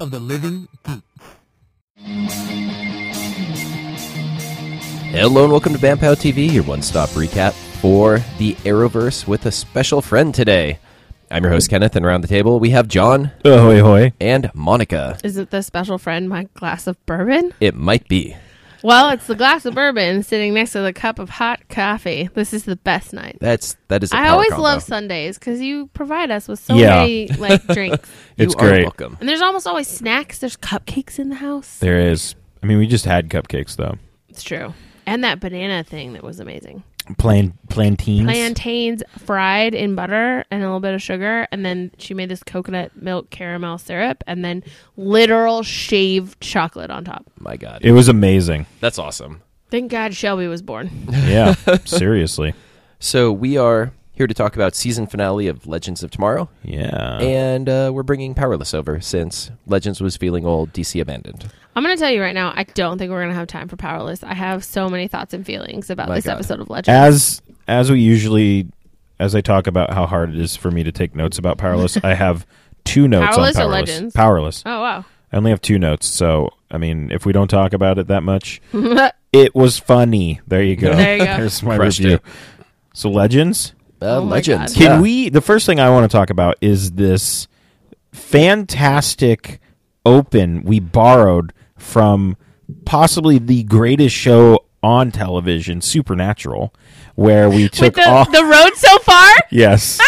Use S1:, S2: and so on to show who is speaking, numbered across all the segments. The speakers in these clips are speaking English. S1: of the living geek.
S2: Hello and welcome to Bampow TV, your one stop recap for the Arrowverse with a special friend today. I'm your host, Kenneth, and around the table we have John
S3: Ahoy, Oh, hoy.
S2: and Monica.
S4: Is it the special friend, my glass of bourbon?
S2: It might be.
S4: Well, it's the glass of bourbon sitting next to the cup of hot coffee. This is the best night.
S2: That's that is. I
S4: I always love Sundays because you provide us with so
S3: Yeah.
S4: many like drinks,
S3: It's
S2: you are
S3: great.
S2: welcome.
S4: and there's almost always snacks. There's cupcakes in the house.
S3: There is. I mean, we just had cupcakes though.
S4: It's true, and that banana thing that was amazing.
S3: Plan plantains.
S4: Plantains fried in butter and a little bit of sugar, and then she made this coconut milk caramel syrup, and then literal shaved chocolate on top.
S2: My God,
S3: It was amazing.
S2: that's awesome.
S4: Thank God Shelby was born.
S3: Yeah, seriously.
S2: So we are here to talk about season finale of Legends of Tomorrow,
S3: Yeah.
S2: and uh, we're bringing Powerless over since Legends was feeling old, DC abandoned.
S4: I'm going to tell you right now, I don't think we're going to have time for Powerless. I have so many thoughts and feelings about
S2: My
S4: this
S2: God.
S4: episode of Legends.
S3: as as we usually, as I talk about how hard it is for me to take notes about powerless, I have two notes
S4: Powerless or
S3: on powerless.
S4: Legends?
S3: Powerless.
S4: oh, wow.
S3: I only have two notes, so I mean, if we don't talk about it that much, it was funny. There you go.
S4: There you go.
S3: Oh. There's my
S2: Crushed
S3: review.
S2: it.
S3: So legends.
S2: Uh,
S4: Oh my
S2: Legends.
S4: God.
S3: Can
S2: yeah.
S3: we? The first thing I want to talk about is this fantastic open we borrowed from possibly the greatest show on television, Supernatural, where we
S4: With
S3: took
S4: the,
S3: all.
S4: the road so far,
S3: yes.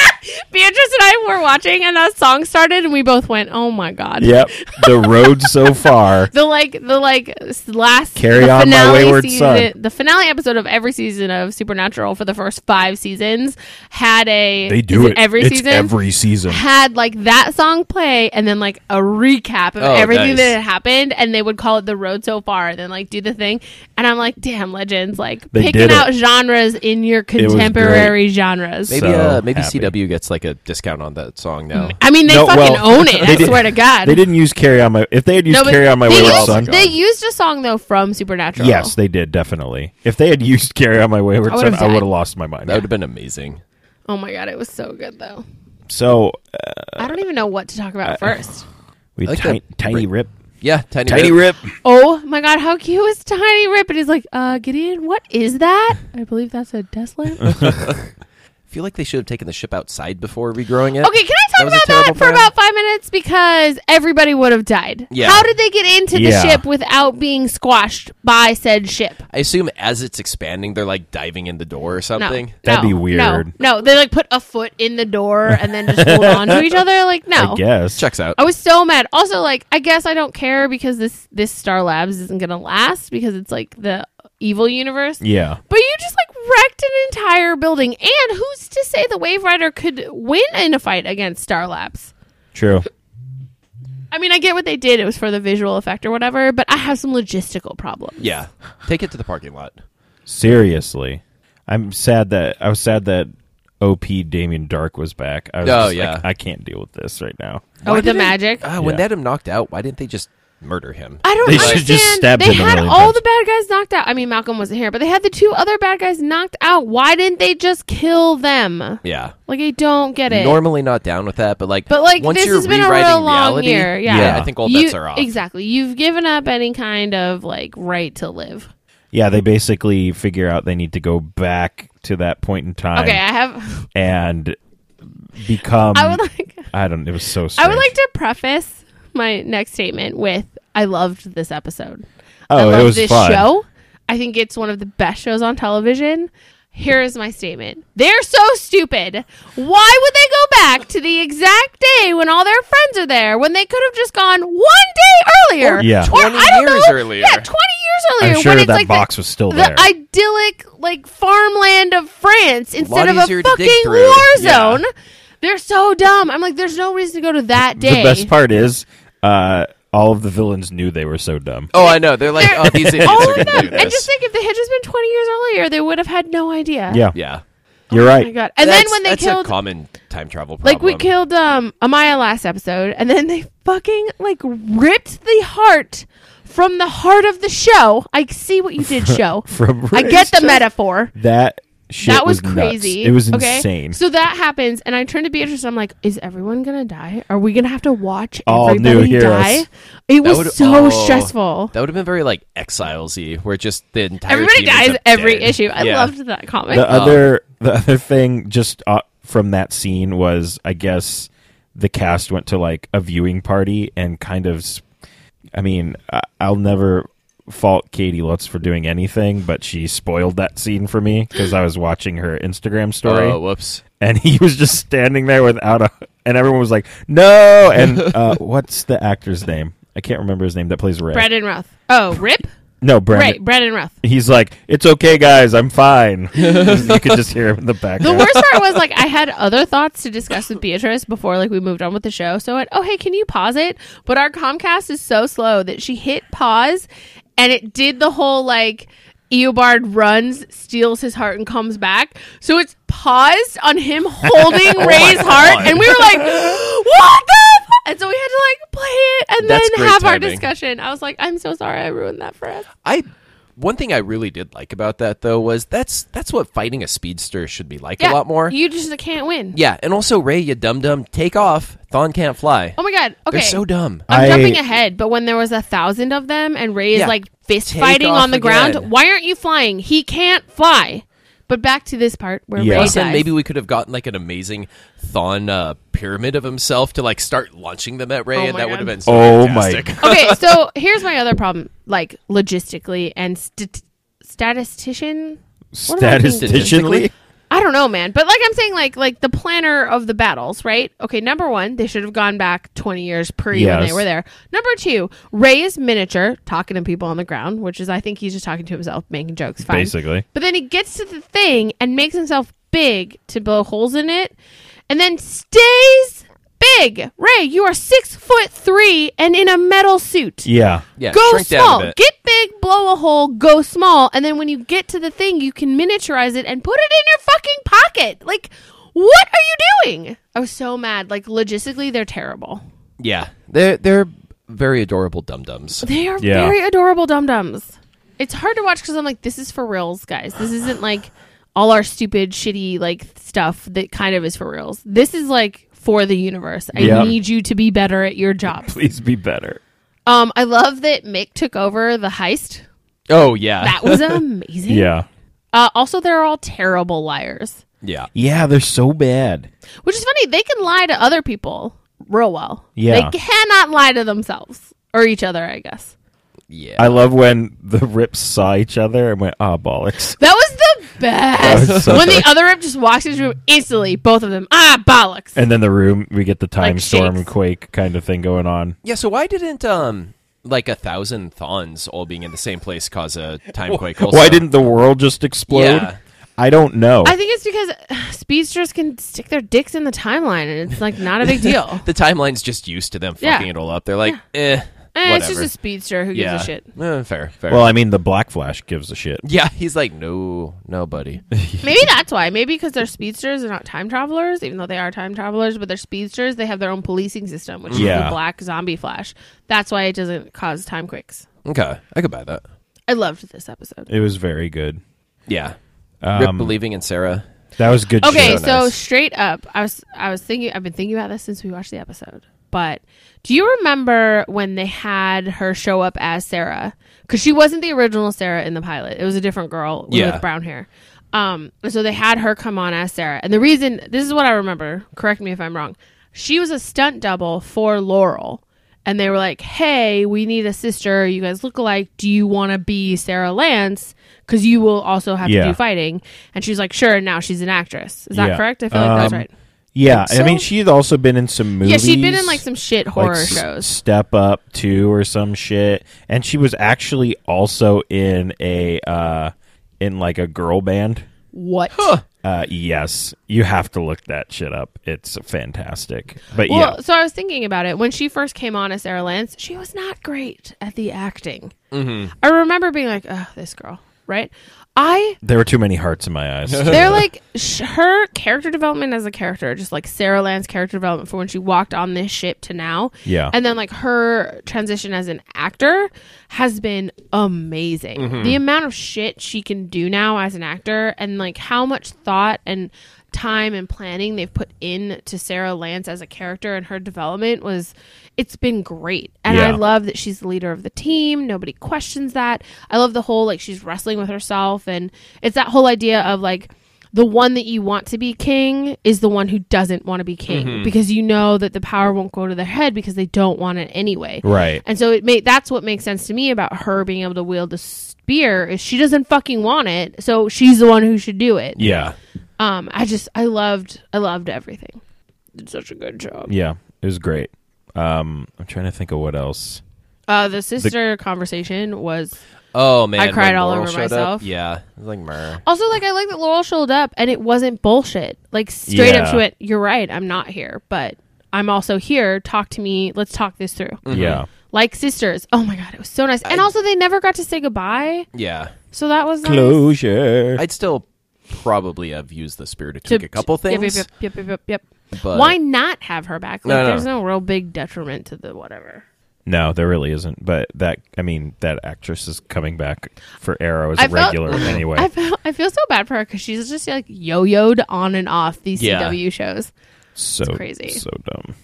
S4: Beatrice and I were watching and that song started and we both went, oh my God.
S3: yep. The road so far.
S4: The like, the like s- last
S3: Carry
S4: the
S3: on, my
S4: finale
S3: wayward
S4: season,
S3: son.
S4: The finale episode of every season of Supernatural for the first five seasons had a
S3: They do
S4: is
S3: it
S4: every
S3: It's
S4: season
S3: Every season.
S4: had like that song play and then like a recap of
S2: Oh,
S4: everything
S2: nice.
S4: that had happened and they would call it the road so far and then like do the thing and i'm like damn legends like
S3: They did
S4: picking
S3: it.
S4: out genres in your
S3: was
S4: contemporary genres
S2: Maybe
S3: So
S2: uh, maybe
S3: happy.
S2: CW gets like a discount on that song now.
S4: i mean they
S3: No,
S4: fucking
S3: well,
S4: own it
S3: they
S4: i
S3: did-
S4: swear to god
S3: They didn't use "Carry On My." If they had used
S4: but
S3: "Carry On My
S4: they
S3: Wayward
S4: used,
S3: Son,"
S4: they used a song though from supernatural
S3: yes, they did definitely. If they had used "Carry On My Wayward
S4: I
S3: Son,"
S4: would've
S3: I
S4: died.
S3: would have lost my mind.
S2: That would have been amazing.
S4: oh my god it was so good though
S3: So Uh,
S4: i don't even know what to talk about first
S3: we
S2: I like
S3: tiny,
S2: that
S3: tiny
S2: rip-
S3: rip.
S2: Yeah, tiny,
S4: oh my god how cute is tiny rip and he's like uh gideon what is that i believe that's a desk lamp
S2: I feel like they should have taken the ship outside before regrowing it.
S4: Okay, can
S2: That
S4: I talk
S2: was a
S4: about
S2: terrible
S4: that for
S2: plan.
S4: about five minutes? Because everybody would have died.
S2: Yeah.
S4: How did they get into the
S3: Yeah.
S4: ship without being squashed by said ship?
S2: I assume as it's expanding, they're like diving in the door or
S4: No.
S2: something.
S3: That'd
S4: No.
S3: be weird.
S4: No, no, they like put a foot in the door and then just hold on to each other. Like, no.
S3: I guess.
S2: Checks out.
S4: I was so mad. Also, like, I guess I don't care because this this Star Labs isn't gonna last because it's like the evil universe.
S3: Yeah.
S4: But you just like wrecked an entire building. And who's to say the Wave Rider could win in a fight against Star Labs?
S3: True.
S4: I mean, I get what they did. It was for the visual effect or whatever, but I have some logistical problems.
S2: Yeah, take it to the parking lot.
S4: Oh,
S3: Seriously. I'm sad that I was sad that OP Damien Dark was back. I was
S2: Oh,
S3: just like,
S2: yeah.
S3: I can't deal with this right now.
S4: Oh, with the
S2: did it-
S4: magic.
S2: Ah, when
S3: Yeah.
S2: they had him knocked out, why didn't they just murder him?
S4: I don't
S3: They
S4: understand.
S3: should've just stabbed
S4: they
S3: him a
S4: had
S3: million
S4: all
S3: times.
S4: the bad guys knocked out. I mean, Malcolm wasn't here, but they had the two other bad guys knocked out. Why didn't they just kill them?
S2: yeah,
S4: Like, I don't get it.
S2: normally not down with that, but like,
S4: but like,
S2: once
S4: this
S2: you're
S4: has been a
S2: rewriting
S4: real long
S2: reality,
S4: year. Yeah.
S2: I think all bets
S4: You-
S2: are off.
S4: Exactly. You've given up any kind of like right to live.
S3: Yeah, they basically figure out they need to go back to that point in time
S4: Okay, I have.
S3: and become
S4: I would
S2: Mm-hmm.
S4: like.
S3: I don't it was so
S4: I
S3: strange.
S4: would like to preface my next statement with I loved this episode. I
S3: Oh,
S4: loved
S3: it was
S4: this
S3: fun.
S4: show. I think it's one of the best shows on television. Here is my statement. They're so stupid. Why would they go back to the exact day when all their friends are there when they could have just gone one day earlier?
S3: Yeah.
S4: Or,
S2: 20
S4: I don't
S2: years
S4: know,
S2: earlier.
S4: Yeah, 20 years earlier.
S3: I'm sure
S4: when it's
S3: that
S4: like
S3: box
S4: the,
S3: was still
S4: the
S3: there.
S4: idyllic like farmland of France instead of a
S2: easier to dig
S4: fucking
S2: through.
S4: war
S2: Yeah.
S4: zone. They're so dumb. I'm like, there's no reason to go to that
S3: the
S4: day.
S3: best part is uh all of the villains knew they were so dumb.
S2: oh, I know. They're like,
S4: They're-
S2: oh, these idiots
S4: all
S2: are
S4: of
S2: going to do
S4: them.
S2: this.
S4: And just think, if they had just been 20 years earlier, they would have had no idea.
S3: Yeah.
S2: Oh, yeah,
S3: You're
S4: Oh
S3: right.
S4: my god. And
S2: That's-
S4: then when they
S2: that's
S4: killed,
S2: a common time travel problem.
S4: like we killed um Amaya last episode, and then they fucking like ripped the heart from the heart of the show. I see what you did, show.
S3: From
S4: I get the
S3: Rachel.
S4: metaphor.
S3: That shit
S4: that was,
S3: nuts.
S4: crazy.
S3: It was
S4: okay?
S3: insane.
S4: So that happens, and I turn to Beatrice. And I'm like, "Is everyone gonna die? Are we gonna have to watch
S3: All new
S4: everybody
S3: heroes.
S4: die?" It
S2: That
S4: was
S2: would-
S4: so
S2: oh.
S4: stressful.
S2: That would have been very like Exilesy, where just the entire
S4: Everybody
S2: team ends
S4: dies
S2: up
S4: every
S2: dead.
S4: issue. I
S2: Yeah.
S4: loved that comic.
S3: the other the other thing just uh, from that scene was I guess the cast went to like a viewing party and kind of s- I mean I, I'll never fault Katie Lutz for doing anything but she spoiled that scene for me cuz I was watching her Instagram story
S2: Oh, whoops!
S3: and he was just standing there without a and everyone was like no and uh, what's the actor's name? I can't remember his name that plays Ray.
S4: Brandon Ruth. Oh, Rip.
S3: No, Brandon.
S4: Right, Brandon Ruth.
S3: He's like, "It's okay guys, I'm fine." you could just hear him in the
S4: The
S3: background.
S4: worst part was like I had other thoughts to discuss with Beatrice before like we moved on with the show. So I went, oh hey, can you pause it? But our Comcast is so slow that she hit pause, and it did the whole like Eobard runs, steals his heart, and comes back. So it's paused on him
S2: Oh
S4: holding Ray's heart, and we were like, what the? F-? And so we had to like play it and
S2: That's
S4: then
S2: great
S4: have our
S2: timing.
S4: discussion. I was like, I'm so sorry, I ruined that for us.
S2: I one thing I really did like about that though was that's that's what fighting a speedster should be like a lot more.
S4: You just can't win.
S2: yeah, and also Ray, you dumb dumb, take off. Thon can't fly.
S4: Oh my god. Okay.
S2: They're so dumb.
S4: I'm
S3: I-
S4: jumping ahead, but when there was a thousand of them and Ray is
S2: Yeah.
S4: like fist
S2: Take
S4: fighting
S2: off
S4: on the
S2: again.
S4: ground, why aren't you flying? He can't fly. But back to this part where
S3: Yeah.
S4: Ray
S2: Plus,
S4: dies.
S2: then maybe we could have gotten like an amazing Thon uh, pyramid of himself to like start launching them at Ray,
S4: Oh
S2: and
S4: my
S2: that
S4: God.
S2: would have been so
S3: Oh
S2: fantastic.
S3: my!
S4: okay, so here's my other problem, like logistically and stat- statistician. What am I thinking?
S3: Statisticianly,
S4: I don't know, man. But like I'm saying, like like the planner of the battles, right? Okay, number one, they should have gone back 20 years pre when
S3: Yes.
S4: they were there. Number two, Ray is miniature, talking to people on the ground, which is I think he's just talking to himself, making jokes. Fine.
S3: basically.
S4: But then he gets to the thing and makes himself big to blow holes in it, and then stays big. Ray, you are six foot three and in a metal suit.
S3: Yeah,
S2: Yeah,
S4: Go
S2: shrink down a
S4: small.
S2: bit.
S4: Get big, blow a hole, go small. And then when you get to the thing, you can miniaturize it and put it in your fucking pocket. Like, what are you doing? I was so mad. Like, logistically, they're terrible.
S2: yeah, they're they're very adorable dum dums.
S4: They are
S3: Yeah.
S4: very adorable dum dums. It's hard to watch because I'm like, this is for reals, guys. This isn't like all our stupid, shitty, like stuff that kind of is for reals. This is like for the universe. I
S3: Yeah.
S4: need you to be better at your jobs.
S3: please be better.
S4: Um, I love that Mick took over the heist.
S2: Oh yeah,
S4: That was amazing.
S3: Yeah,
S4: Uh, also, they're all terrible liars,
S2: yeah.
S3: yeah, they're so bad.
S4: which is funny. They can lie to other people real well.
S3: Yeah.
S4: They cannot lie to themselves or each other, I guess.
S2: Yeah.
S3: I love when the rips saw each other and went, "Ah, bollocks."
S4: That was the best.
S3: was so
S4: when the other rip just walks into the room instantly, both of them. Ah, bollocks.
S2: Oh.
S3: And then the room, we get the time
S4: Like
S3: storm
S4: shakes.
S3: quake kind of thing going on.
S2: yeah, so why didn't um like a thousand Thons all being in the same place cause a time quake also?
S3: Why didn't the world just explode?
S2: Yeah.
S3: I don't know.
S4: I think it's because uh, speedsters can stick their dicks in the timeline and it's like not a big deal.
S2: the timeline's just used to them
S4: Yeah.
S2: fucking it all up. They're like, eh,
S4: Eh, it's
S2: whatever.
S4: just a speedster who gives
S2: yeah.
S4: a shit.
S2: Eh, fair, fair.
S3: well, I mean, the Black Flash gives a shit.
S2: yeah, he's like, no, no, buddy.
S4: Maybe that's why. Maybe because they're speedsters, they're not time travelers, even though they are time travelers, but they're speedsters. They have their own policing system, which is
S3: Yeah.
S4: the black zombie flash. That's why it doesn't cause time quakes.
S2: Okay, I could buy that.
S4: I loved this episode.
S3: It was very good.
S2: Yeah, Rip
S3: Um,
S2: believing in Sarah.
S3: That was good.
S4: Okay,
S3: shit.
S4: so
S2: nice.
S4: straight up, I was I was thinking I've been thinking about this since we watched the episode. But do you remember when they had her show up as Sarah? Because she wasn't the original Sarah in the pilot. It was a different girl
S2: Yeah.
S4: with brown hair. Um, and so they had her come on as Sarah. And the reason, this is what I remember, correct me if I'm wrong. She was a stunt double for Laurel. And they were like, hey, we need a sister. You guys look alike. Do you want to be Sarah Lance? Because you will also have to
S3: Yeah.
S4: do fighting. And she's like, sure. And now she's an actress. Is that
S3: Yeah.
S4: correct? I feel like that's
S3: Um,
S4: right.
S3: yeah,
S4: so-
S3: I mean, she'd also been in some movies.
S4: Yeah, she'd been in like some shit horror
S3: like, S-
S4: shows.
S3: Step Up Two or some shit, and she was actually also in a uh, in like a girl band.
S4: What?
S3: Uh, yes, you have to look that shit up. It's fantastic. But
S4: Well,
S3: yeah,
S4: so I was thinking about it. When she first came on as Sarah Lance, she
S3: Mm-hmm.
S4: was not great at the acting. I remember being like, oh, this girl, right? I
S3: There were too many hearts in my eyes.
S4: They're like sh- her character development as a character, just like Sarah Land's character development from when she walked on this ship to now.
S3: Yeah.
S4: And then like her transition as an actor has been amazing.
S3: Mm-hmm.
S4: The amount of shit she can do now as an actor and like how much thought and time and planning they've put in to Sarah Lance as a character and her development was it's been great. And I
S3: Yeah.
S4: love that she's the leader of the team. Nobody questions that. I love the whole like she's wrestling with herself and it's that whole idea of like the one that you want to be king is the one who doesn't want to be king
S3: Mm-hmm.
S4: because you know that the power won't go to their head because they don't want it anyway.
S3: right.
S4: And so it made that's what makes sense to me about her being able to wield the spear is she doesn't fucking want it, so she's the one who should do it.
S3: Yeah.
S4: Um, I just I loved I loved everything. Did such a good job.
S3: Yeah. It was great. Um, I'm trying to think of what else.
S4: Uh, the sister conversation was
S2: Oh man,
S4: I cried
S2: when
S4: all
S2: Laurel
S4: over
S2: showed up,
S4: myself.
S2: yeah, it was like mer.
S4: also like I like that Laurel showed up and it wasn't bullshit. Like straight up
S3: Yeah.
S4: she went, "You're right, I'm not here, but I'm also here. Talk to me. Let's talk this through."
S2: Mm-hmm.
S3: Yeah.
S4: Like sisters. Oh my god, it was so nice. And also they never got to say goodbye,
S2: Yeah,
S4: so that was nice.
S3: Closure.
S2: I'd still probably have used the spear to
S4: to-
S2: tweak a couple
S4: yep,
S2: things.
S4: Yep, yep, yep, yep, yep.
S2: But
S4: Why not have her back? Like,
S2: No, no.
S4: there's no real big detriment to the whatever.
S3: No, there really isn't. But that, I mean, that actress is coming back for Arrow as
S4: I
S3: a
S4: felt-
S3: regular anyway.
S4: I feel I feel so bad for her because she's just like yo-yoed on and off these
S2: Yeah. Oh,
S4: CW shows.
S3: so
S4: crazy.
S3: So dumb.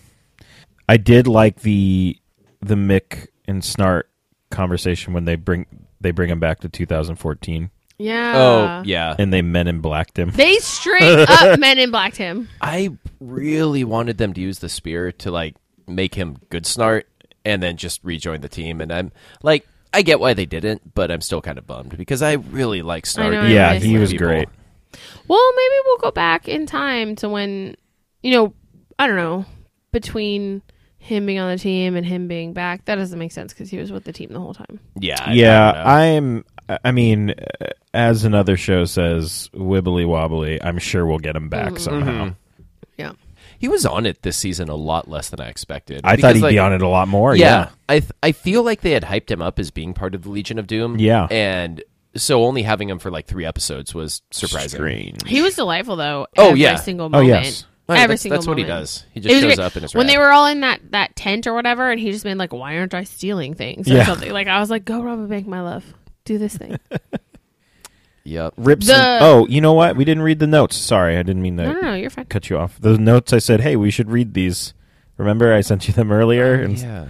S3: I did like the the Mick and Snart conversation when they bring they bring him back to 2014
S4: Yeah.
S2: Oh yeah,
S3: and they Men in Blacked him.
S4: They straight up Men in Blacked him.
S2: I really wanted them to use the spear to like make him good snart and then just rejoin the team. And I'm like, I get why they didn't, but I'm still kind of bummed because I really like snart.
S4: know, I
S3: Yeah,
S4: miss
S3: he
S4: him.
S3: was great.
S4: Well, maybe we'll go back in time to when, you know, I don't know, between him being on the team and him being back. That doesn't make sense because he was with the team the whole time.
S2: Yeah, I-
S3: yeah,
S2: I don't know.
S3: I'm. I mean, uh, as another show says, wibbly wobbly. I'm sure we'll get him
S2: Mm-hmm.
S3: back somehow.
S4: Yeah.
S2: he was on it this season a lot less than I expected.
S3: I
S2: because,
S3: thought he'd
S2: like,
S3: be on it a lot more.
S2: Yeah,
S3: Yeah,
S2: I th- I feel like they had hyped him up as being part of the Legion of Doom.
S3: Yeah.
S2: and so only having him for like three episodes was surprising.
S3: Strange.
S4: He was delightful though.
S2: Oh,
S4: every
S2: yeah.
S4: single
S3: Oh,
S4: moment.
S3: yes.
S2: Right,
S4: every
S2: that's,
S4: single
S2: that's what
S4: moment.
S2: he does. He
S4: It
S2: just
S4: was
S2: shows
S4: great.
S2: up and is
S4: when
S2: rad.
S4: they were all in that that tent or whatever, and he just been like, "Why aren't I stealing things?" or
S3: Yeah.
S4: something. Like I was like, "Go rob a bank, my love. Do this thing."
S2: Yep.
S3: Rips.
S4: The-
S3: and- oh, you know what? We didn't read the notes. Sorry, I didn't mean to
S4: no,
S2: Mm.
S4: no, no, you're fine.
S3: cut you off. The notes I said, hey, we should read these. Remember, I sent you them earlier. And,
S2: Yeah.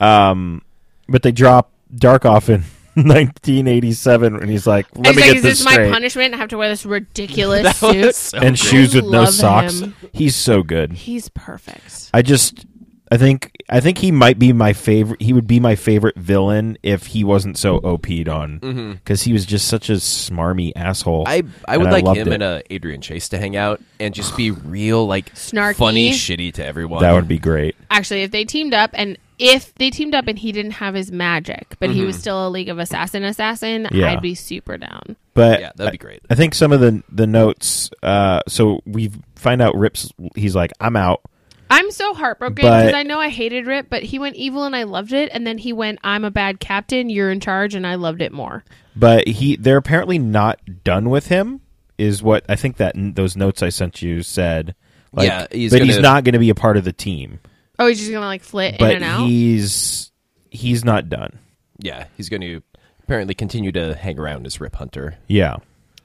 S3: Um, but they drop Dark off in 1987, and he's like,
S4: I
S3: let
S4: was
S3: me
S4: like,
S3: get
S4: "Is
S3: this
S4: this
S3: straight.
S4: my punishment? I have to wear this ridiculous
S2: That
S4: suit."
S2: was so
S3: and
S2: great.
S3: shoes with no
S4: love
S3: socks.
S4: him.
S3: He's so good.
S4: He's perfect.
S3: I just, I think, I think he might be my favorite. He would be my favorite villain if he wasn't so OP'd on,
S2: Mm-hmm.
S3: because he was just such a smarmy asshole.
S2: Mm. I I
S3: And
S2: would
S3: I
S2: like
S3: loved
S2: him
S3: it.
S2: and uh, Adrian Chase to hang out and just be real like
S4: Snarky.
S2: funny, shitty to everyone.
S3: that would be great.
S4: Actually, if they teamed up and if they teamed up and he didn't have his magic, but he was still a League of Assassin assassin,
S3: Mm-hmm. Yeah.
S4: I'd be super down.
S3: But
S2: yeah, that'd be great.
S3: I think some of the the notes. Uh, so we find out Rips. He's like, I'm out.
S4: I'm so heartbroken
S3: But-
S4: because I know I hated Rip, but he went evil and I loved it. And then he went, I'm a bad captain, you're in charge, and I loved it more.
S3: But he, they're apparently not done with him. Is what I think that n- those notes I sent you said. Like,
S2: Yeah, he's
S3: but
S2: gonna-
S3: he's not going to be a part of the team.
S4: Oh, he's just going to like flit in
S3: But
S4: and out?
S3: he's he's not done.
S2: Yeah, he's going to apparently continue to hang around as Rip Hunter.
S3: Yeah,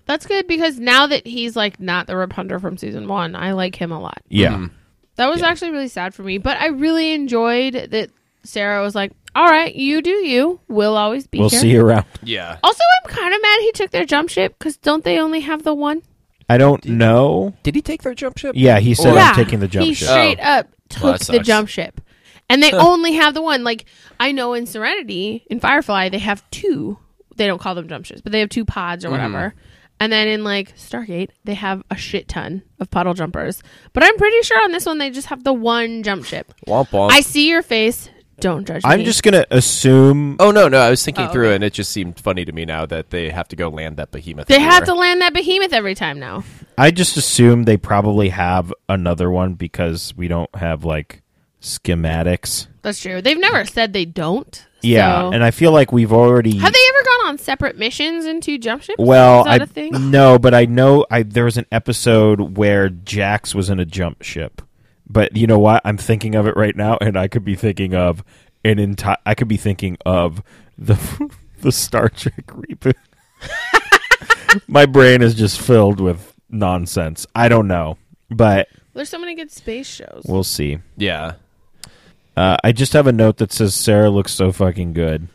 S4: That's good because now that he's like not the Rip Hunter from season one, I like him a lot.
S3: yeah.
S2: Mm-hmm.
S4: That was actually really sad for me, but I really enjoyed that Sarah was like, All right, you do you. We'll always be
S3: We'll
S4: here.
S3: see you around.
S2: Yeah,
S4: Also, I'm kind of mad he took their jump ship because don't they only have the one?
S3: I don't know.
S2: did he take their jump ship?
S3: Yeah, he said
S2: Or-
S3: I'm taking the jump
S4: He
S3: ship.
S4: straight up took
S2: Oh. Well, that
S4: the
S2: sucks.
S4: jump ship, and they only have the one. Like I know in Serenity, in Firefly, they have two. They don't call them jump ships, but they have two pods
S2: Mm-hmm.
S4: or whatever. And then in like Stargate, they have a shit ton of puddle jumpers. But I'm pretty sure on this one they just have the one jump ship.
S2: Womp womp.
S4: I see your face. Don't judge me.
S3: I'm just gonna assume.
S2: oh no, no, I was thinking
S4: Oh,
S2: through,
S4: okay.
S2: and it just seemed funny to me now that they have to go land that behemoth.
S4: They have to
S2: everywhere.
S4: land that behemoth every time now.
S3: I just assume they probably have another one because we don't have like schematics.
S4: That's true. They've never said they don't.
S3: yeah,
S4: So-
S3: and I feel like we've already
S4: Have they ever gone on separate missions in two jump ships?
S3: Well,
S4: is that
S3: I-
S4: a thing?
S3: no, but I know I there was an episode where Jax was in a jump ship. But you know what? I'm thinking of it right now, and I could be thinking of an entire. I could be thinking of the the Star Trek reboot. My brain is just filled with nonsense. I don't know, but
S4: There's so many good space shows.
S3: we'll see.
S2: Yeah.
S3: Uh, I just have a note that says Sarah looks so fucking good,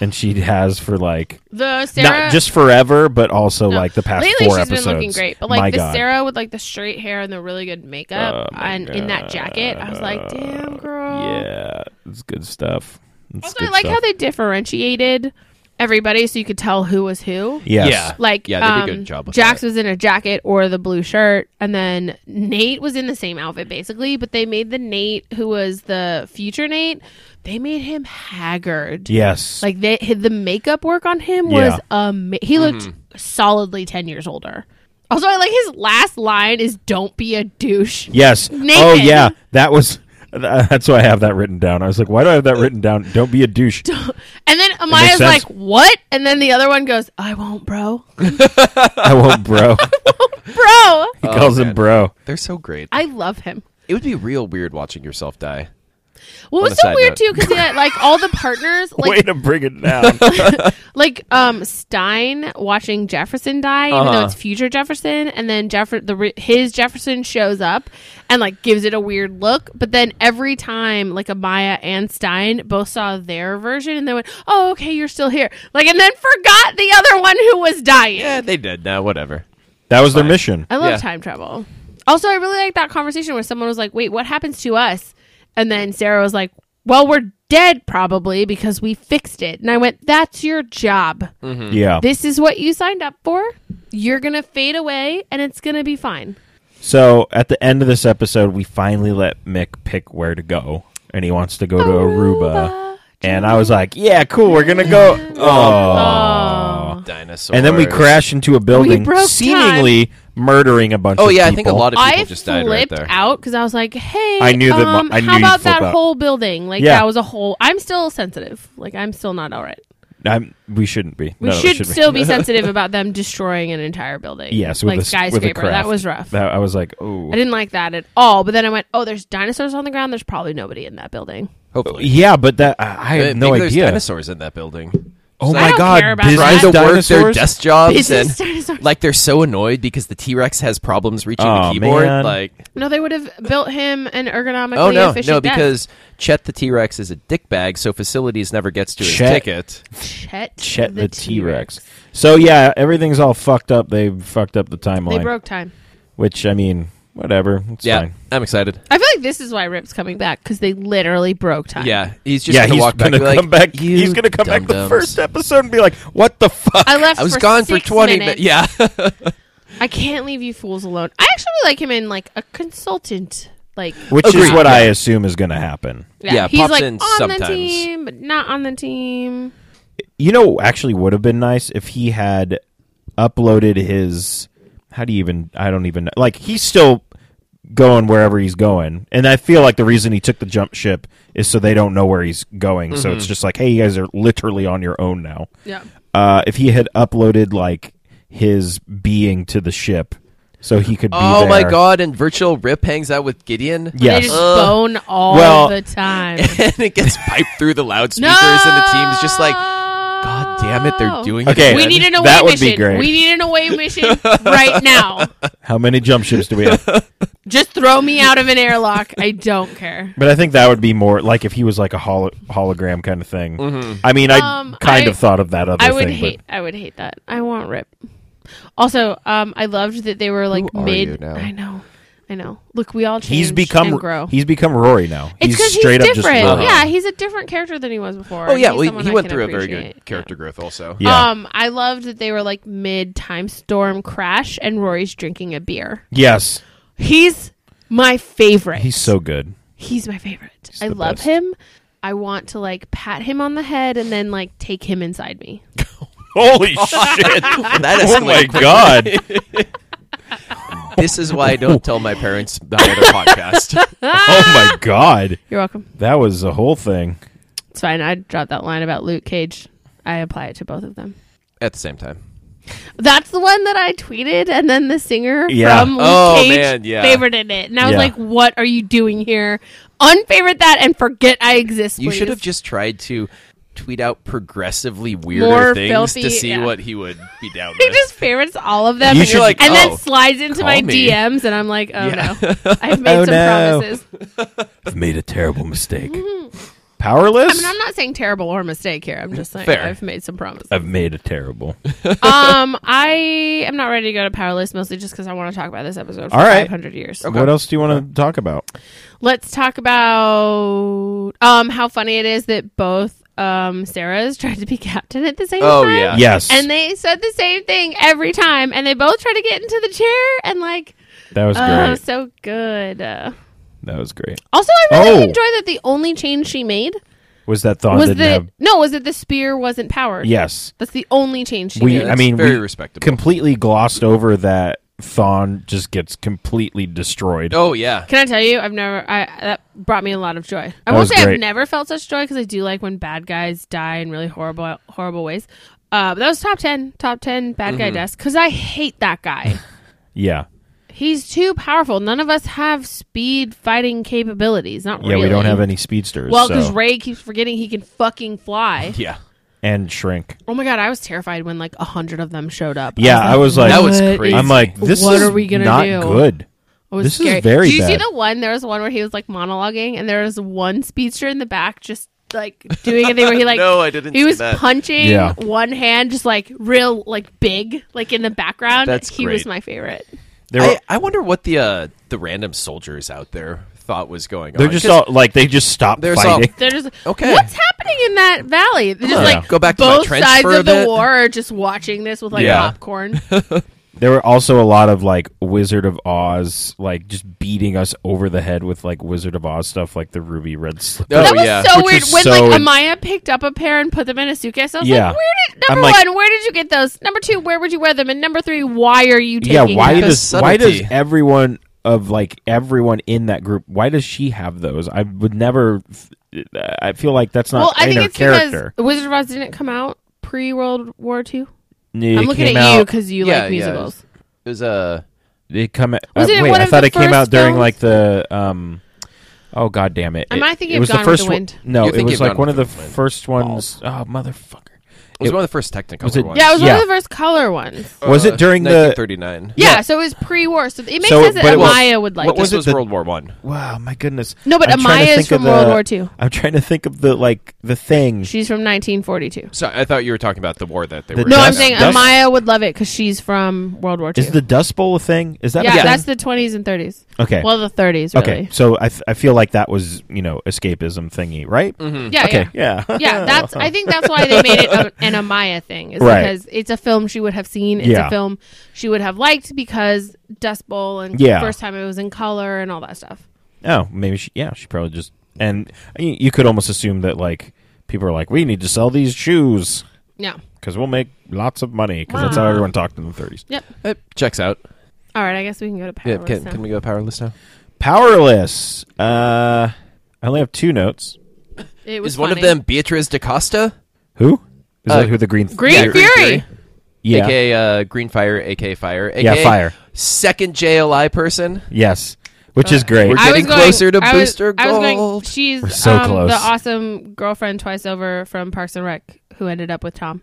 S3: and she has for like
S4: the Sarah
S3: not just forever, but also
S4: No.
S3: like the past
S4: lately she's
S3: four episodes.
S4: been looking great, but like
S3: My
S4: the
S3: God.
S4: Sarah with like the straight hair and the really good makeup
S3: Oh, my
S4: and in that jacket, I was like, damn girl.
S3: Yeah, it's good stuff. It's
S4: Also,
S3: good
S4: I like
S3: stuff.
S4: how they differentiated everybody so you could tell who was who.
S3: Yes.
S2: Yeah.
S4: Like
S2: Yeah, they did a
S4: um,
S2: good job with
S4: Jax
S2: that.
S4: was in a jacket or the blue shirt, and then Nate was in the same outfit basically. But they made the Nate who was the future Nate, they made him haggard.
S3: Yes.
S4: Like they hid- the makeup work on him
S3: Yeah.
S4: was um he looked
S2: Mm-hmm.
S4: solidly ten years older. Also, I like his last line is "Don't be a douche."
S3: yes. Oh
S4: Nathan.
S3: yeah, that was. That's why I have that written down. I was like, why do I have that written down? Don't be a douche.
S4: And then Amaya's
S3: sense.
S4: like, "What?" And then the other one goes, "I won't, bro,
S3: I won't, bro.
S4: bro."
S3: He calls him
S2: man.
S3: bro.
S2: They're so great.
S4: I love him.
S2: It would be real weird watching yourself die.
S4: What
S2: a
S4: was so
S2: side
S4: weird
S2: note.
S4: too, because yeah, like all the partners, like
S3: Way to bring it down.
S4: like um Stein watching Jefferson die, even though
S2: Uh-huh.
S4: it's future Jefferson, and then Jeff the re- his Jefferson shows up and like gives it a weird look, but then every time like Amaya and Stein both saw their version and they went, "Oh, okay, you're still here," like and then forgot the other one who was dying.
S2: Yeah, Eh, they did. Now, whatever.
S3: that was their mission.
S4: I love
S2: Yeah.
S4: time travel. Also, I really like that conversation where someone was like, "Wait, what happens to us?" And then Sarah was like, "Well, we're dead probably because we fixed it." And I went, "That's your job.
S3: Yeah.
S4: This is what you signed up for. You're going to fade away and it's going to be fine."
S3: So at the end of this episode, we finally let Mick pick where to go, and he wants to go to Aruba. And I was like, yeah, cool. We're gonna go. Oh.
S4: Oh.
S2: Dinosaurs.
S3: And then we crash into a building,
S4: broke
S3: seemingly murdering a bunch
S2: Oh
S3: of
S2: yeah, I
S3: people.
S2: think a lot of people
S4: I
S2: just died
S4: flipped
S2: right there.
S4: out because I was like, "Hey,
S3: I knew that mo-
S4: um,
S3: I knew
S4: how
S3: you'd
S4: about
S3: flip
S4: that
S3: out.
S4: whole building? Like
S3: Yeah.
S4: that was a whole. I'm still sensitive. Like I'm still not all right.
S3: I'm, we shouldn't be.
S4: We
S3: No, it
S4: should,
S3: be.
S4: still be sensitive about them destroying an entire building.
S3: Yes, with
S4: like
S3: a, s- with a
S4: skyscraper.
S3: craft.
S4: That was rough.
S3: That- I was like, oh,
S4: I didn't like that at all. But then I went, oh, there's dinosaurs on the ground. There's probably nobody in that building.
S2: Hopefully,
S3: yeah, but that I, I
S2: Maybe
S3: have no
S2: there's
S3: idea.
S2: dinosaurs in that building.
S3: Oh
S4: I
S3: my
S4: don't
S3: god,
S4: care about
S3: business
S2: Trying
S4: that.
S2: to work their
S3: dinosaurs.
S2: desk jobs
S4: Business
S2: and
S4: dinosaurs.
S2: like they're so annoyed because the T Rex has problems reaching
S3: Aw,
S2: the keyboard.
S3: man.
S2: Like,
S4: No, they would have built him an ergonomically
S2: oh no,
S4: efficient
S2: no,
S4: desk.
S2: because Chet the T Rex is a dickbag, so facilities never gets to his
S3: Chet.
S2: ticket.
S4: Chet,
S3: Chet the T Rex. So yeah, everything's all fucked up. They fucked up the timeline,
S4: They broke time.
S3: which I mean, whatever. It's
S2: Yeah,
S3: fine.
S2: I'm excited.
S4: I feel like this is why Rip's coming back because they literally broke time.
S2: Yeah, he's just
S3: yeah,
S2: gonna
S3: he's
S2: walk back.
S3: gonna
S2: and be
S3: come
S2: like,
S3: back.
S2: "You
S3: He's gonna come back the
S2: dum-dums."
S3: first episode and be like, "What the fuck?"
S4: I left.
S2: I was
S4: for
S2: gone for
S4: six
S2: 20
S4: minutes.
S2: minutes. yeah.
S4: I can't leave you fools alone. I actually like him in like a consultant. Like
S3: Which is
S2: Agreed.
S3: what
S2: Yeah.
S3: I assume is gonna happen.
S4: yeah,
S2: Yeah,
S4: he's
S2: pops
S4: like
S2: in
S4: on the
S2: sometimes.
S4: team, but not on the team.
S3: You know, what actually, would have been nice if he had uploaded his. How do you even? I don't even know. Like he's still going wherever he's going, and I feel like the reason he took the jump ship is so they don't know where he's going. So
S2: Mm-hmm.
S3: it's just like, hey, you guys are literally on your own now.
S4: Yeah.
S3: Uh, if he had uploaded like his being to the ship, so he could. be
S2: Oh my
S3: there.
S2: god! And virtual Rip hangs out with Gideon.
S3: Yeah.
S4: They
S3: Yes.
S4: just
S2: Ugh.
S4: bone all
S3: Well-
S4: the time.
S2: and it gets piped through the loudspeakers,
S4: no!
S2: and the team's just like, "God damn it, they're doing
S3: Okay.
S2: it."
S4: We
S2: again."
S4: need an away
S3: That would
S4: mission.
S3: be great.
S4: We need an away mission right now.
S3: How many jump ships do we have?
S4: Just throw me out of an airlock. I don't care.
S3: But I think that would be more like if he was like a holo- hologram kind of thing.
S2: Mm-hmm.
S3: I mean, I
S4: Um,
S3: kind
S4: I-
S3: of thought of that other
S4: I would
S3: thing.
S4: hate. I would hate that. I want Rip. Also, um, I loved that they were like
S2: are
S4: mid.
S2: you now?
S4: I know. I know. Look, we all
S3: but
S4: change.
S3: he's become
S4: and grow.
S3: he's become Rory now.
S4: it's
S3: he's
S4: because he's
S3: straight
S4: different.
S3: up just Rory.
S4: Yeah, he's a different character than he was before.
S2: Oh yeah,
S4: He's
S2: well,
S4: someone
S2: he
S4: I
S2: went
S4: can
S2: through a very
S4: appreciate.
S2: good character growth, also.
S3: Yeah.
S4: Um, I loved that they were like mid time storm crash, and Rory's drinking a beer.
S3: yes,
S4: He's my favorite.
S3: he's so good.
S4: He's my favorite. I
S3: the
S4: love
S3: best.
S4: him. I want to like pat him on the head and then like take him inside me.
S3: Holy shit!
S2: Oh, that is
S3: oh my Oh god!
S2: This is why I don't tell my parents about our podcast.
S3: Oh my god!
S4: You're welcome.
S3: That was the whole thing.
S4: It's It's fine. I dropped that line about Luke Cage. I apply it to both of them.
S2: at the same time.
S4: That's the one that I tweeted, and then the singer
S3: Yeah.
S4: from Luke
S2: Oh,
S4: Cage
S2: man, yeah.
S4: favorited it, and I was
S3: Yeah.
S4: like, "What are you doing here? Unfavorite that and forget I exist."
S2: You should
S4: please."
S2: have just tried to tweet out progressively weirder
S4: More
S2: things
S4: filthy,
S2: to see
S4: yeah.
S2: what he would be down
S4: He
S2: with.
S4: just favorites all of them,
S2: You
S4: and,
S2: should- like,
S4: and
S2: oh,
S4: then slides into my
S2: call me.
S4: DMs, and I'm like, "Oh
S2: Yeah.
S4: no, I've made
S3: Oh,
S4: some
S3: no.
S4: promises."
S3: I've made a terrible mistake. Powerless?
S4: I mean, I'm not saying terrible or mistake here. I'm just saying
S2: Fair.
S4: I've made some promises.
S3: I've made a terrible.
S4: um, I am not ready to go to Powerless mostly just because I want to talk about this episode for
S3: All right.
S4: 500 years.
S3: What else do you want to talk about?
S4: Let's talk about um how funny it is that both um Sarahs tried to be captain at the same
S2: Oh,
S4: time.
S2: yeah.
S3: Yes.
S4: And they said the same thing every time, and they both try to get into the chair, and like,
S3: that was
S4: oh,
S3: great.
S4: so good. Uh,
S3: That was great.
S4: also, I really
S3: Oh.
S4: enjoy that the only change she made
S3: Was that Thawn
S4: was
S3: didn't
S4: that
S3: have.
S4: no, was that the spear wasn't powered.
S3: Yes.
S4: that's the only change she
S3: We,
S4: made.
S3: I mean,
S2: very
S3: we
S2: respectable.
S3: completely glossed over that Thawne just gets completely destroyed.
S2: oh yeah,
S4: Can I tell you? I've never. I that brought me a lot of joy. I
S3: That
S4: won't
S3: was
S4: say I've
S3: great.
S4: never felt such joy because I do like when bad guys die in really horrible, horrible ways. Uh, but that was top ten, top ten bad
S3: Mm-hmm.
S4: guy deaths because I hate that guy.
S3: Yeah.
S4: He's too powerful. None of us have speed fighting capabilities. Not
S3: Yeah,
S4: really.
S3: we don't have any speedsters.
S4: Well, because
S3: so.
S4: Ray keeps forgetting he can fucking fly.
S2: yeah.
S3: and shrink.
S4: Oh my god, I was terrified when like a hundred of them showed up.
S3: Yeah, I was like-
S2: That was
S4: "What
S2: crazy.
S4: is
S3: I'm like, this
S4: What
S3: is
S4: are we gonna
S3: not
S4: do?
S3: good.
S4: It was
S3: This is
S4: scary.
S3: very
S4: Did you see
S3: bad.
S4: the one? There was one where he was like monologuing, and there was one speedster in the back just like doing a thing where he like
S2: No, I didn't
S4: He
S2: see
S4: was
S2: that.
S4: punching
S3: Yeah.
S4: one hand, just like real like big, like in the background.
S2: That's
S4: he
S2: great.
S4: was my favorite.
S3: They're,
S2: I, I wonder what the uh, the random soldiers out there thought was going
S3: they're
S2: on.
S3: just
S2: 'Cause
S3: all like they just stopped
S2: There's
S3: fighting.
S4: They're just
S2: Okay.
S4: What's happening in that valley? They're just
S2: Yeah.
S4: like
S2: Go back to my
S4: both
S2: trench
S4: sides
S2: for a
S4: of the
S2: bit.
S4: war are just watching this with like
S2: Yeah.
S4: popcorn.
S3: There were also a lot of like Wizard of Oz, like just beating us over the head with like Wizard of Oz stuff, like the ruby red slip.
S2: Oh,
S4: that was
S2: yeah.
S4: so
S3: Which
S4: weird.
S3: is
S4: When
S3: so-
S4: like Amaya picked up a pair and put them in a suitcase, I was
S3: Yeah.
S4: like, "Where did number
S3: I'm like-
S4: one? Where did you get those? Number two, where would you wear them? And number three, why are you taking?
S3: yeah, why
S4: them?
S2: Because
S3: does why does
S2: subtlety.
S3: everyone of like everyone in that group? Why does she have those? I would never. f- I feel like that's not
S4: well, I
S3: in
S4: think
S3: her
S4: it's
S3: character.
S4: because Wizard of Oz didn't come out pre World War II.
S3: It
S4: I'm looking
S3: came
S4: at you
S3: out-
S4: because you
S2: Yeah,
S4: like
S2: yeah.
S4: musicals.
S2: it was uh,
S3: It come. uh,
S4: Was it
S3: wait,
S4: one
S3: I
S4: of
S3: thought
S4: the
S3: it came out
S4: first
S3: during
S4: films?
S3: like the. um Oh god damn it!
S4: Am
S3: It-
S4: I thinking
S3: it
S4: of
S3: was
S4: Gone
S3: the
S4: with
S3: first
S4: the Wind?
S3: One, no,
S2: You're
S3: it
S2: thinking of
S3: was like
S2: Gone
S3: one of
S2: with
S3: the
S2: the Wind.
S3: first ones. Oh motherfucker!
S2: it was
S3: It-
S2: one of the first Technicolor
S3: was it-
S2: ones. Uh,
S4: Yeah, it was one
S3: Yeah.
S4: of the first color ones.
S3: was it during the
S2: 1939?
S4: Yeah,
S3: yeah.
S4: so it was pre-war. So it makes
S3: So-
S4: sense that
S3: but it was-
S4: Amaya would like
S2: What
S4: it.
S2: was
S3: it
S2: this
S3: the-
S2: World War One?
S3: Wow, my goodness.
S4: No, but
S3: I'm trying to
S4: Amaya
S3: think
S4: is
S3: of
S4: from
S3: the-
S4: World War II.
S3: I'm trying to think of the like the thing.
S4: She's from 1942.
S2: So I thought you were talking about the war that they
S3: The
S2: were.
S4: No, I'm
S3: Dust-
S4: saying uh,
S3: Dust-
S4: Amaya would love it because she's from World War II.
S3: Is the Dust Bowl a thing? Is that
S4: yeah,
S3: a thing?
S4: that's the 20s and 30s.
S3: okay.
S4: Well, the 30s,
S3: okay.
S4: really.
S3: So I, th- I feel like that was you know escapism thingy, right?
S2: Mm-hmm. Hmm.
S4: Yeah,
S3: Okay.
S4: yeah.
S3: Yeah.
S4: Yeah, that's. I think that's why they made it a, an Amaya thing, is
S3: Right.
S4: because it's a film she would have seen. It's a
S3: Yeah.
S4: film she would have liked because Dust Bowl and
S3: Yeah.
S4: first time it was in color and all that stuff.
S3: oh, maybe she. Yeah, she probably just and you, you could almost assume that like people are like we need to sell these shoes
S4: Yeah.
S3: because we'll make lots of money because that's how everyone talked in the 30s.
S4: Yep.
S2: It checks out.
S4: All right. I guess we can go to
S2: Yeah,
S4: Powerless
S2: can,
S4: now.
S2: can we go powerless now?
S3: Powerless. Uh, I only have two notes.
S4: It was
S2: Is one of
S4: funny.
S2: them Beatriz da Costa,
S3: Who is
S2: Uh,
S3: that? Who the green?
S4: Green
S2: Yeah, Green
S4: Fury.
S2: Fury.
S3: yeah.
S2: aka uh, Green Fire, aka Fire, aka
S3: Yeah, fire.
S2: Second JLI person.
S3: Yes, which is great.
S2: We're
S4: I was
S2: getting closer to
S4: I was-
S2: Booster
S4: I was going-
S2: Gold.
S4: she's
S3: We're so
S4: um,
S3: close.
S4: the awesome girlfriend twice over from Parks and Rec who ended up with Tom.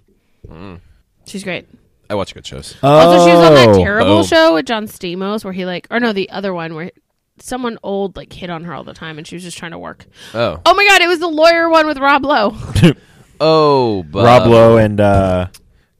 S2: Mm.
S4: She's great.
S2: I watch good shows.
S4: Also, she was on that
S3: Oh.
S4: terrible
S2: Oh.
S4: show with John Stamos where he like, or no, the other one where someone old like hit on her all the time and she was just trying to work.
S2: Oh,
S4: Oh my god, it was the lawyer one with Rob Lowe.
S2: oh, but,
S3: Rob Lowe and uh,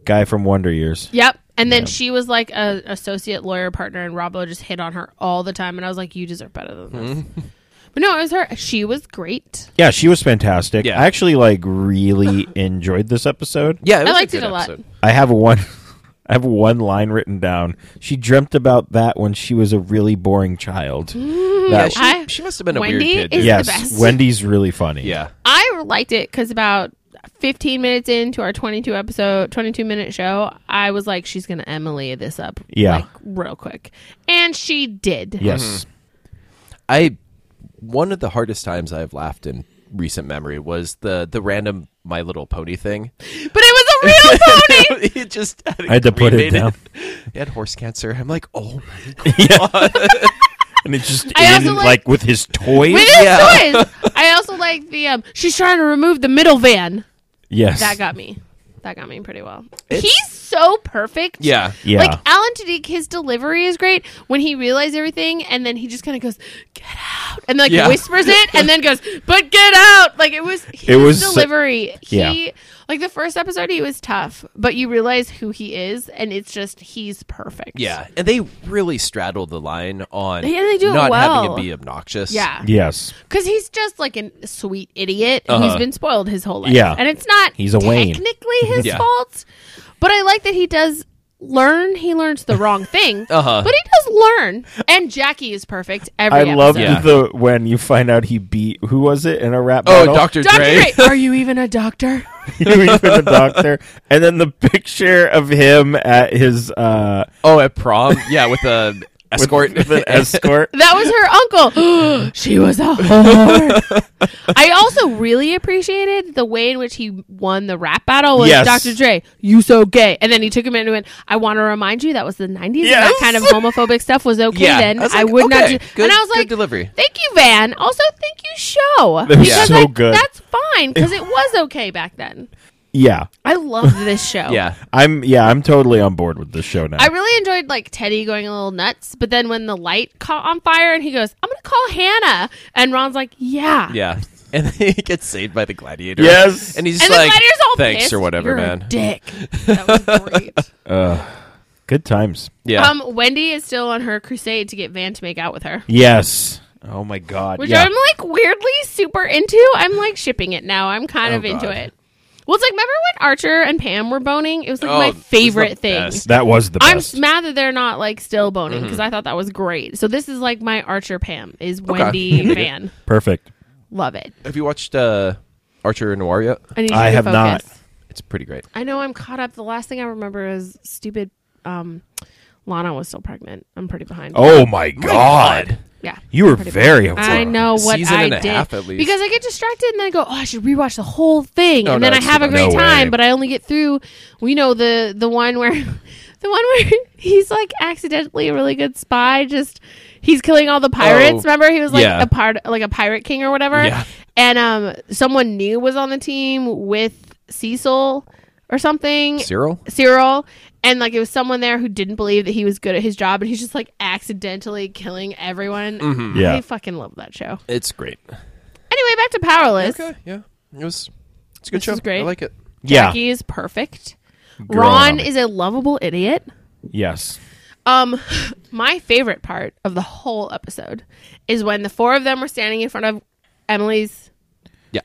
S3: guy from Wonder Years.
S4: yep. And then she was like a associate lawyer partner, and Rob Lowe just hit on her all the time. And I was like, you deserve better than this.
S3: Hmm.
S4: But no, it was her. She was great.
S3: Yeah, she was fantastic.
S2: Yeah.
S3: I actually like really enjoyed this episode.
S2: Yeah, it was
S4: liked
S2: a
S4: it
S2: good
S4: a lot.
S2: episode.
S3: I have one I have one line written down. She dreamt about that when she was a really boring child.
S2: Yeah,
S3: That-
S2: she,
S4: I-
S2: she must have been a
S4: Wendy
S2: weird kid.
S4: is-
S2: dude.
S4: the
S3: yes,
S4: best.
S3: Wendy's really funny.
S2: yeah,
S4: I liked it because about 15 minutes into our 22 episode, 22 minute show, I was like, she's going to Emily this up.
S3: Yeah.
S4: Like, real quick. And she did.
S3: Yes.
S2: I one of the hardest times I've laughed in recent memory was the the random My Little Pony thing.
S4: But it was a real pony.
S2: it just
S3: I had to put it
S2: remade
S3: down.
S2: He had horse cancer. I'm like, oh my
S3: and it just
S4: I
S3: in
S4: also
S3: like,
S4: like-
S3: with his toys.
S4: With his
S2: Yeah.
S4: toys. I also like the um. She's trying to remove the middle van.
S3: yes,
S4: That got me. That got me pretty well.
S2: It's-
S4: He's so perfect.
S2: yeah.
S3: yeah.
S4: Like Alan Tudyk, his delivery is great when he realizes everything, and then he just kind of goes, "Get out," and like
S2: Yeah.
S4: whispers it, and then goes, "But get out!" Like it was his
S3: It
S2: uh,
S3: was so-
S4: delivery.
S3: yeah.
S4: He like the first episode, he was tough, but you realize who he is, and it's just he's perfect.
S2: Yeah, and they really straddle the line on
S4: Yeah, they do it
S2: not having
S4: well.
S2: it be obnoxious.
S4: yeah,
S3: yes,
S4: because he's just like a sweet idiot who's
S2: Uh-huh.
S4: been spoiled his whole life.
S3: Yeah.
S4: and it's not
S3: He's a Wayne.
S4: technically his
S2: Yeah.
S4: fault, but I like that he does learn. He learns the wrong thing,
S2: Uh-huh.
S4: but he does learn. And Jackie is perfect. Every
S3: I love
S4: episode.
S2: Yeah.
S3: the when you find out he beat who was it in a rap
S2: Oh,
S3: battle?
S2: Dr.
S4: Doctor
S2: Dre.
S4: Dre, are you even a doctor?
S3: you even a doctor, and then the picture of him at his uh,
S2: Oh, at prom? Yeah, with a escort.
S3: with an escort.
S4: That was her uncle. she was a whore. I also really appreciated the way in which he won the rap battle with
S3: Yes.
S4: Dr. Dre. You so gay. And then he took him into it. I want to remind you that was the 90s. and
S3: Yes.
S4: That kind of homophobic stuff was okay
S2: yeah.
S4: then. I,
S2: was like,
S4: would not.
S2: okay,
S4: do-
S2: good,
S4: and I was
S2: good
S4: like,
S2: delivery.
S4: thank you, Van. Also, thank you, show.
S3: That was
S4: Because
S3: so
S4: I-
S3: good.
S4: That's fine because it was okay back then.
S3: Yeah,
S4: I loved this show.
S2: Yeah.
S3: I'm yeah I'm totally on board with this show now.
S4: I really enjoyed like Teddy going a little nuts, but then when the light caught on fire and he goes, "I'm gonna call Hannah," and Ron's like, "Yeah,
S2: Yeah. And then he gets saved by the gladiator.
S3: Yes.
S2: And he's
S4: And
S2: just
S4: the
S2: like,
S4: gladiator's all
S2: thanks
S4: pissed.
S2: or whatever,
S4: You're
S2: man.
S4: A dick. That was great.
S3: Good times.
S2: yeah.
S4: Um, Wendy is still on her crusade to get Van to make out with her,
S3: Yes. Oh my god.
S4: which
S3: yeah.
S4: I'm like weirdly super into. I'm like shipping it now. I'm kind
S2: Oh,
S4: of into
S2: God.
S4: it. Well, it's like remember when Archer and Pam were boning? It was like
S2: Oh,
S4: my
S2: it was the
S4: favorite thing.
S2: best. Mm-hmm.
S3: that was the
S4: I'm
S3: best.
S4: mad that they're not like still boning because I thought that was great. So this is like my Archer Pam is Wendy Van.
S3: Perfect.
S4: Love it.
S2: Have you watched uh, Archer and Noir yet?
S4: I, need
S3: I
S4: you to
S3: have not.
S4: focus.
S2: It's pretty great.
S4: I know I'm caught up. The last thing I remember is stupid. Um, Lana was still pregnant. I'm pretty behind.
S3: Oh my god.
S4: yeah.
S3: You were very
S4: I know what
S2: Season
S4: I
S2: and a
S4: did
S2: half, at least.
S4: because I get distracted and then I go, oh, I should rewatch the whole thing,
S2: Oh,
S4: and
S2: no,
S4: then I
S2: it's
S4: have
S2: too
S4: a
S2: much.
S4: great
S3: No
S4: time,
S3: way.
S4: but I only get through. We know the the one where, the one where he's like accidentally a really good spy. Just he's killing all the pirates.
S2: Oh,
S4: Remember, he was like
S2: yeah.
S4: a part, like a pirate king or whatever.
S2: Yeah.
S4: And um, someone new was on the team with Cecil or something.
S2: Cyril?
S4: Cyril, and like it was someone there who didn't believe that he was good at his job, and he's just like accidentally killing everyone.
S2: Mm-hmm.
S3: Yeah.
S4: I fucking love that show.
S2: It's great.
S4: Anyway, back to Powerless.
S2: Okay, yeah. It was. It's a good
S4: This
S2: show.
S4: is great.
S2: I like it.
S3: Yeah.
S4: Jackie is perfect.
S3: Girl on
S4: Ron
S3: it.
S4: is a lovable idiot.
S3: Yes.
S4: Um, my favorite part of the whole episode is when the four of them were standing in front of Emily's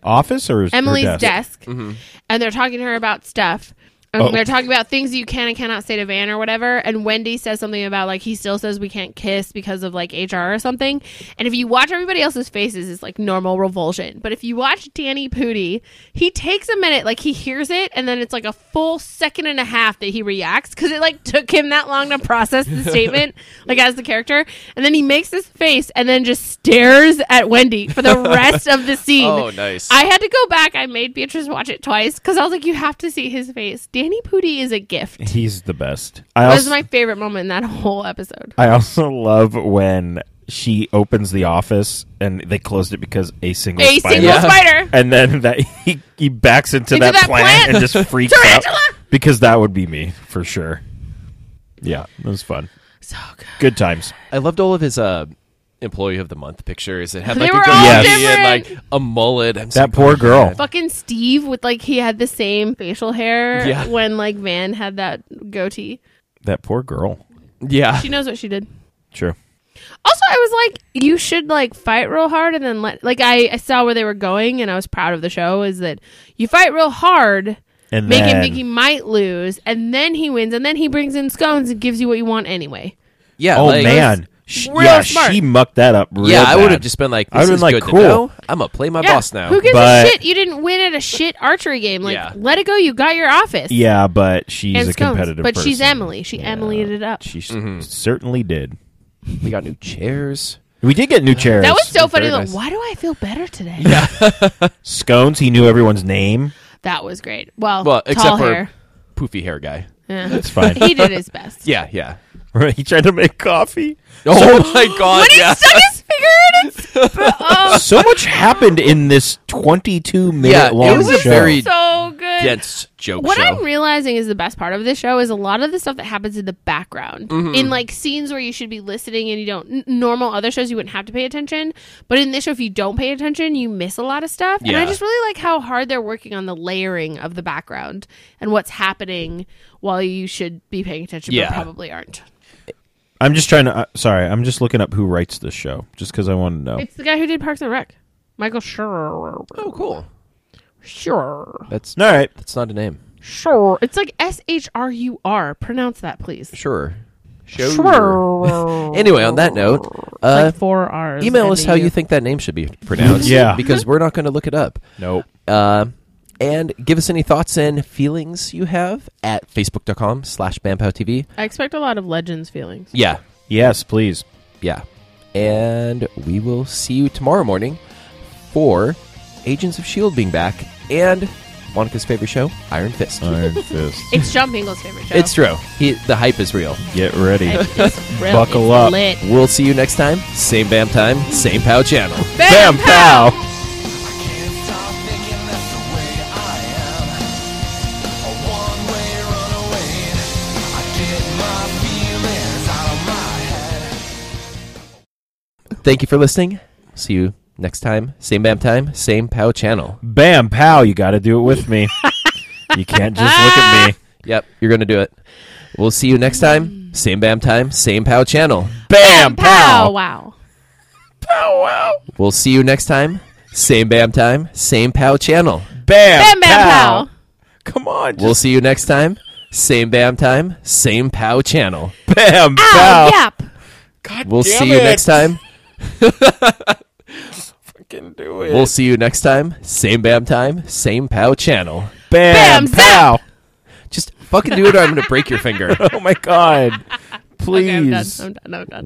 S3: Office or is her
S4: Emily's
S3: desk?
S4: desk, and they're talking to her about stuff. And
S3: Oh.
S4: they're talking about things that you can and cannot say to Van or whatever. And Wendy says something about like he still says we can't kiss because of like HR or something. And if you watch everybody else's faces, it's like normal revulsion. But if you watch Danny Pooty, he takes a minute, like he hears it, and then it's like a full second and a half that he reacts because it like took him that long to process the statement, like as the character. And then he makes this face and then just stares at Wendy for the rest of the scene.
S2: Oh, nice.
S4: I had to go back. I made Beatrice watch it twice because I was like, you have to see his face. Danny Pudi is a gift.
S3: He's the best. I
S4: That
S3: also,
S4: was my favorite moment in that whole episode.
S3: I also love when she opens the office and they closed it because a single
S4: A
S3: spider.
S4: single
S2: Yeah.
S4: spider.
S3: And then that he, he backs into,
S4: Into
S3: that,
S4: that
S3: plant,
S4: plant.
S3: and just freaks out
S4: Tarantula!
S3: because that would be me for sure. Yeah, it was fun.
S4: So good.
S3: Good times.
S2: I loved all of his uh, employee of the month pictures. It had
S4: They
S2: like
S4: were
S2: a
S4: all
S2: goatee
S4: different.
S2: and like a mullet. I'm just
S3: That
S2: like,
S3: poor
S2: oh,
S3: girl.
S2: man.
S4: Fucking Steve with like he had the same facial hair
S2: Yeah.
S4: when like Van had that goatee.
S3: That poor girl.
S2: Yeah.
S4: She knows what she did.
S3: True.
S4: Also, I was like, you should like fight real hard and then let like I, I saw where they were going and I was proud of the show is that you fight real hard,
S3: And
S4: make
S3: then,
S4: him think he might lose, and then he wins, and then he brings in scones and gives you what you want anyway.
S2: Yeah.
S3: Oh
S2: like-
S3: man, she,
S4: real
S3: yeah,
S4: smart.
S3: she mucked that up. Real
S2: yeah, I would have
S3: bad.
S2: just been like,
S3: I
S2: this
S3: would've
S2: is
S3: been like,
S2: good
S3: cool.
S2: to know. I'm going to play my
S4: Yeah,
S2: boss now.
S4: Who gives
S3: But-
S4: a shit? You didn't win at a shit archery game. Like,
S2: Yeah.
S4: let it go. You got your office.
S3: Yeah, but she's
S4: and
S3: a
S4: scones.
S3: competitive.
S4: But she's
S3: person.
S2: Mm-hmm.
S4: Emily. She Emilyed it up.
S3: She s- certainly did.
S2: we got new chairs.
S3: We did get new chairs.
S4: That was so
S2: Very
S4: funny. Like,
S2: nice.
S4: Why do I feel better today?
S3: scones. He knew everyone's name.
S4: That was great. Well,
S2: Well,
S4: tall
S2: except for
S4: hair.
S2: poofy hair guy.
S4: Yeah.
S3: It's fine.
S4: he did his best.
S2: Yeah, yeah.
S3: he tried to make coffee.
S2: Oh my god,
S4: When he
S2: yeah.
S4: stuck his finger in its
S3: So much happened in this 22 minute
S2: Yeah, it
S3: long
S2: was a
S3: show.
S2: very-
S4: so good.
S2: Dense joke
S4: What
S2: show.
S4: I'm realizing is the best part of this show is a lot of the stuff that happens in the background
S2: Mm-hmm.
S4: in like scenes where you should be listening and you don't. N- normal other shows you wouldn't have to pay attention, but in this show, if you don't pay attention, you miss a lot of stuff. And I
S2: Yeah.
S4: just really like how hard they're working on the layering of the background and what's happening while you should be paying attention,
S2: Yeah.
S4: but probably aren't.
S3: I'm just trying to. Uh, sorry, I'm just looking up who writes this show, just because I want to know.
S4: It's the guy who did Parks and Rec, Michael Schur.
S2: oh, cool.
S4: Sure,
S2: That's
S3: All right,
S2: that's not a name.
S4: sure. It's like S H R U R. Pronounce that, please.
S2: Sure. Sure.
S4: Sure.
S2: Anyway, on that note, uh,
S4: like four R's.
S2: email us
S4: ending
S2: how you
S4: you.
S2: think that name should be pronounced.
S3: Yeah.
S2: because we're not going to look it up.
S3: nope.
S2: Uh, and give us any thoughts and feelings you have at facebook.com slash TV.
S4: I expect a lot of Legends feelings.
S2: Yeah,
S3: Yes, please.
S2: yeah. And we will see you tomorrow morning for Agents of S.H.I.E.L.D. E being back and Monica's favorite show, Iron Fist.
S3: Iron fist.
S4: It's John Bingle's favorite show.
S2: It's true. He, the hype is real.
S3: Get ready.
S4: It's real-
S3: Buckle
S4: it's
S3: up.
S4: Lit.
S2: We'll see you next time. Same BAM time, same POW channel.
S3: Bam, pow.
S1: Can't stop thinking that's the way I am. A one-way runaway. I get my feelings out of my head.
S2: Thank you for listening. See you next time. Same BAM time, same POW channel.
S3: Bam, pow. You got to do it with me. you can't just look at me.
S2: Yep, you're going to do it. We'll see you next time. Same BAM time, same POW channel.
S3: Bam,
S4: Pow.
S3: pow.
S4: Wow.
S3: Pow, wow.
S2: We'll see you next time. Same BAM time, same POW channel.
S3: Bam,
S4: Bam, bam, pow.
S3: Come on.
S2: We'll
S3: Just
S2: see you next time. Same BAM time, same POW channel.
S3: bam,
S4: Ow,
S3: pow.
S4: yap.
S3: God
S2: We'll
S3: damn
S2: see you
S3: it.
S2: next time.
S3: Fucking do it.
S2: We'll see you next time. Same BAM time, same POW channel.
S3: bam,
S4: Bam, zap.
S3: pow.
S2: Just fucking do it or I'm going to break your finger.
S3: Oh, my God. Please.
S4: Okay, I'm done. I'm done. I'm done.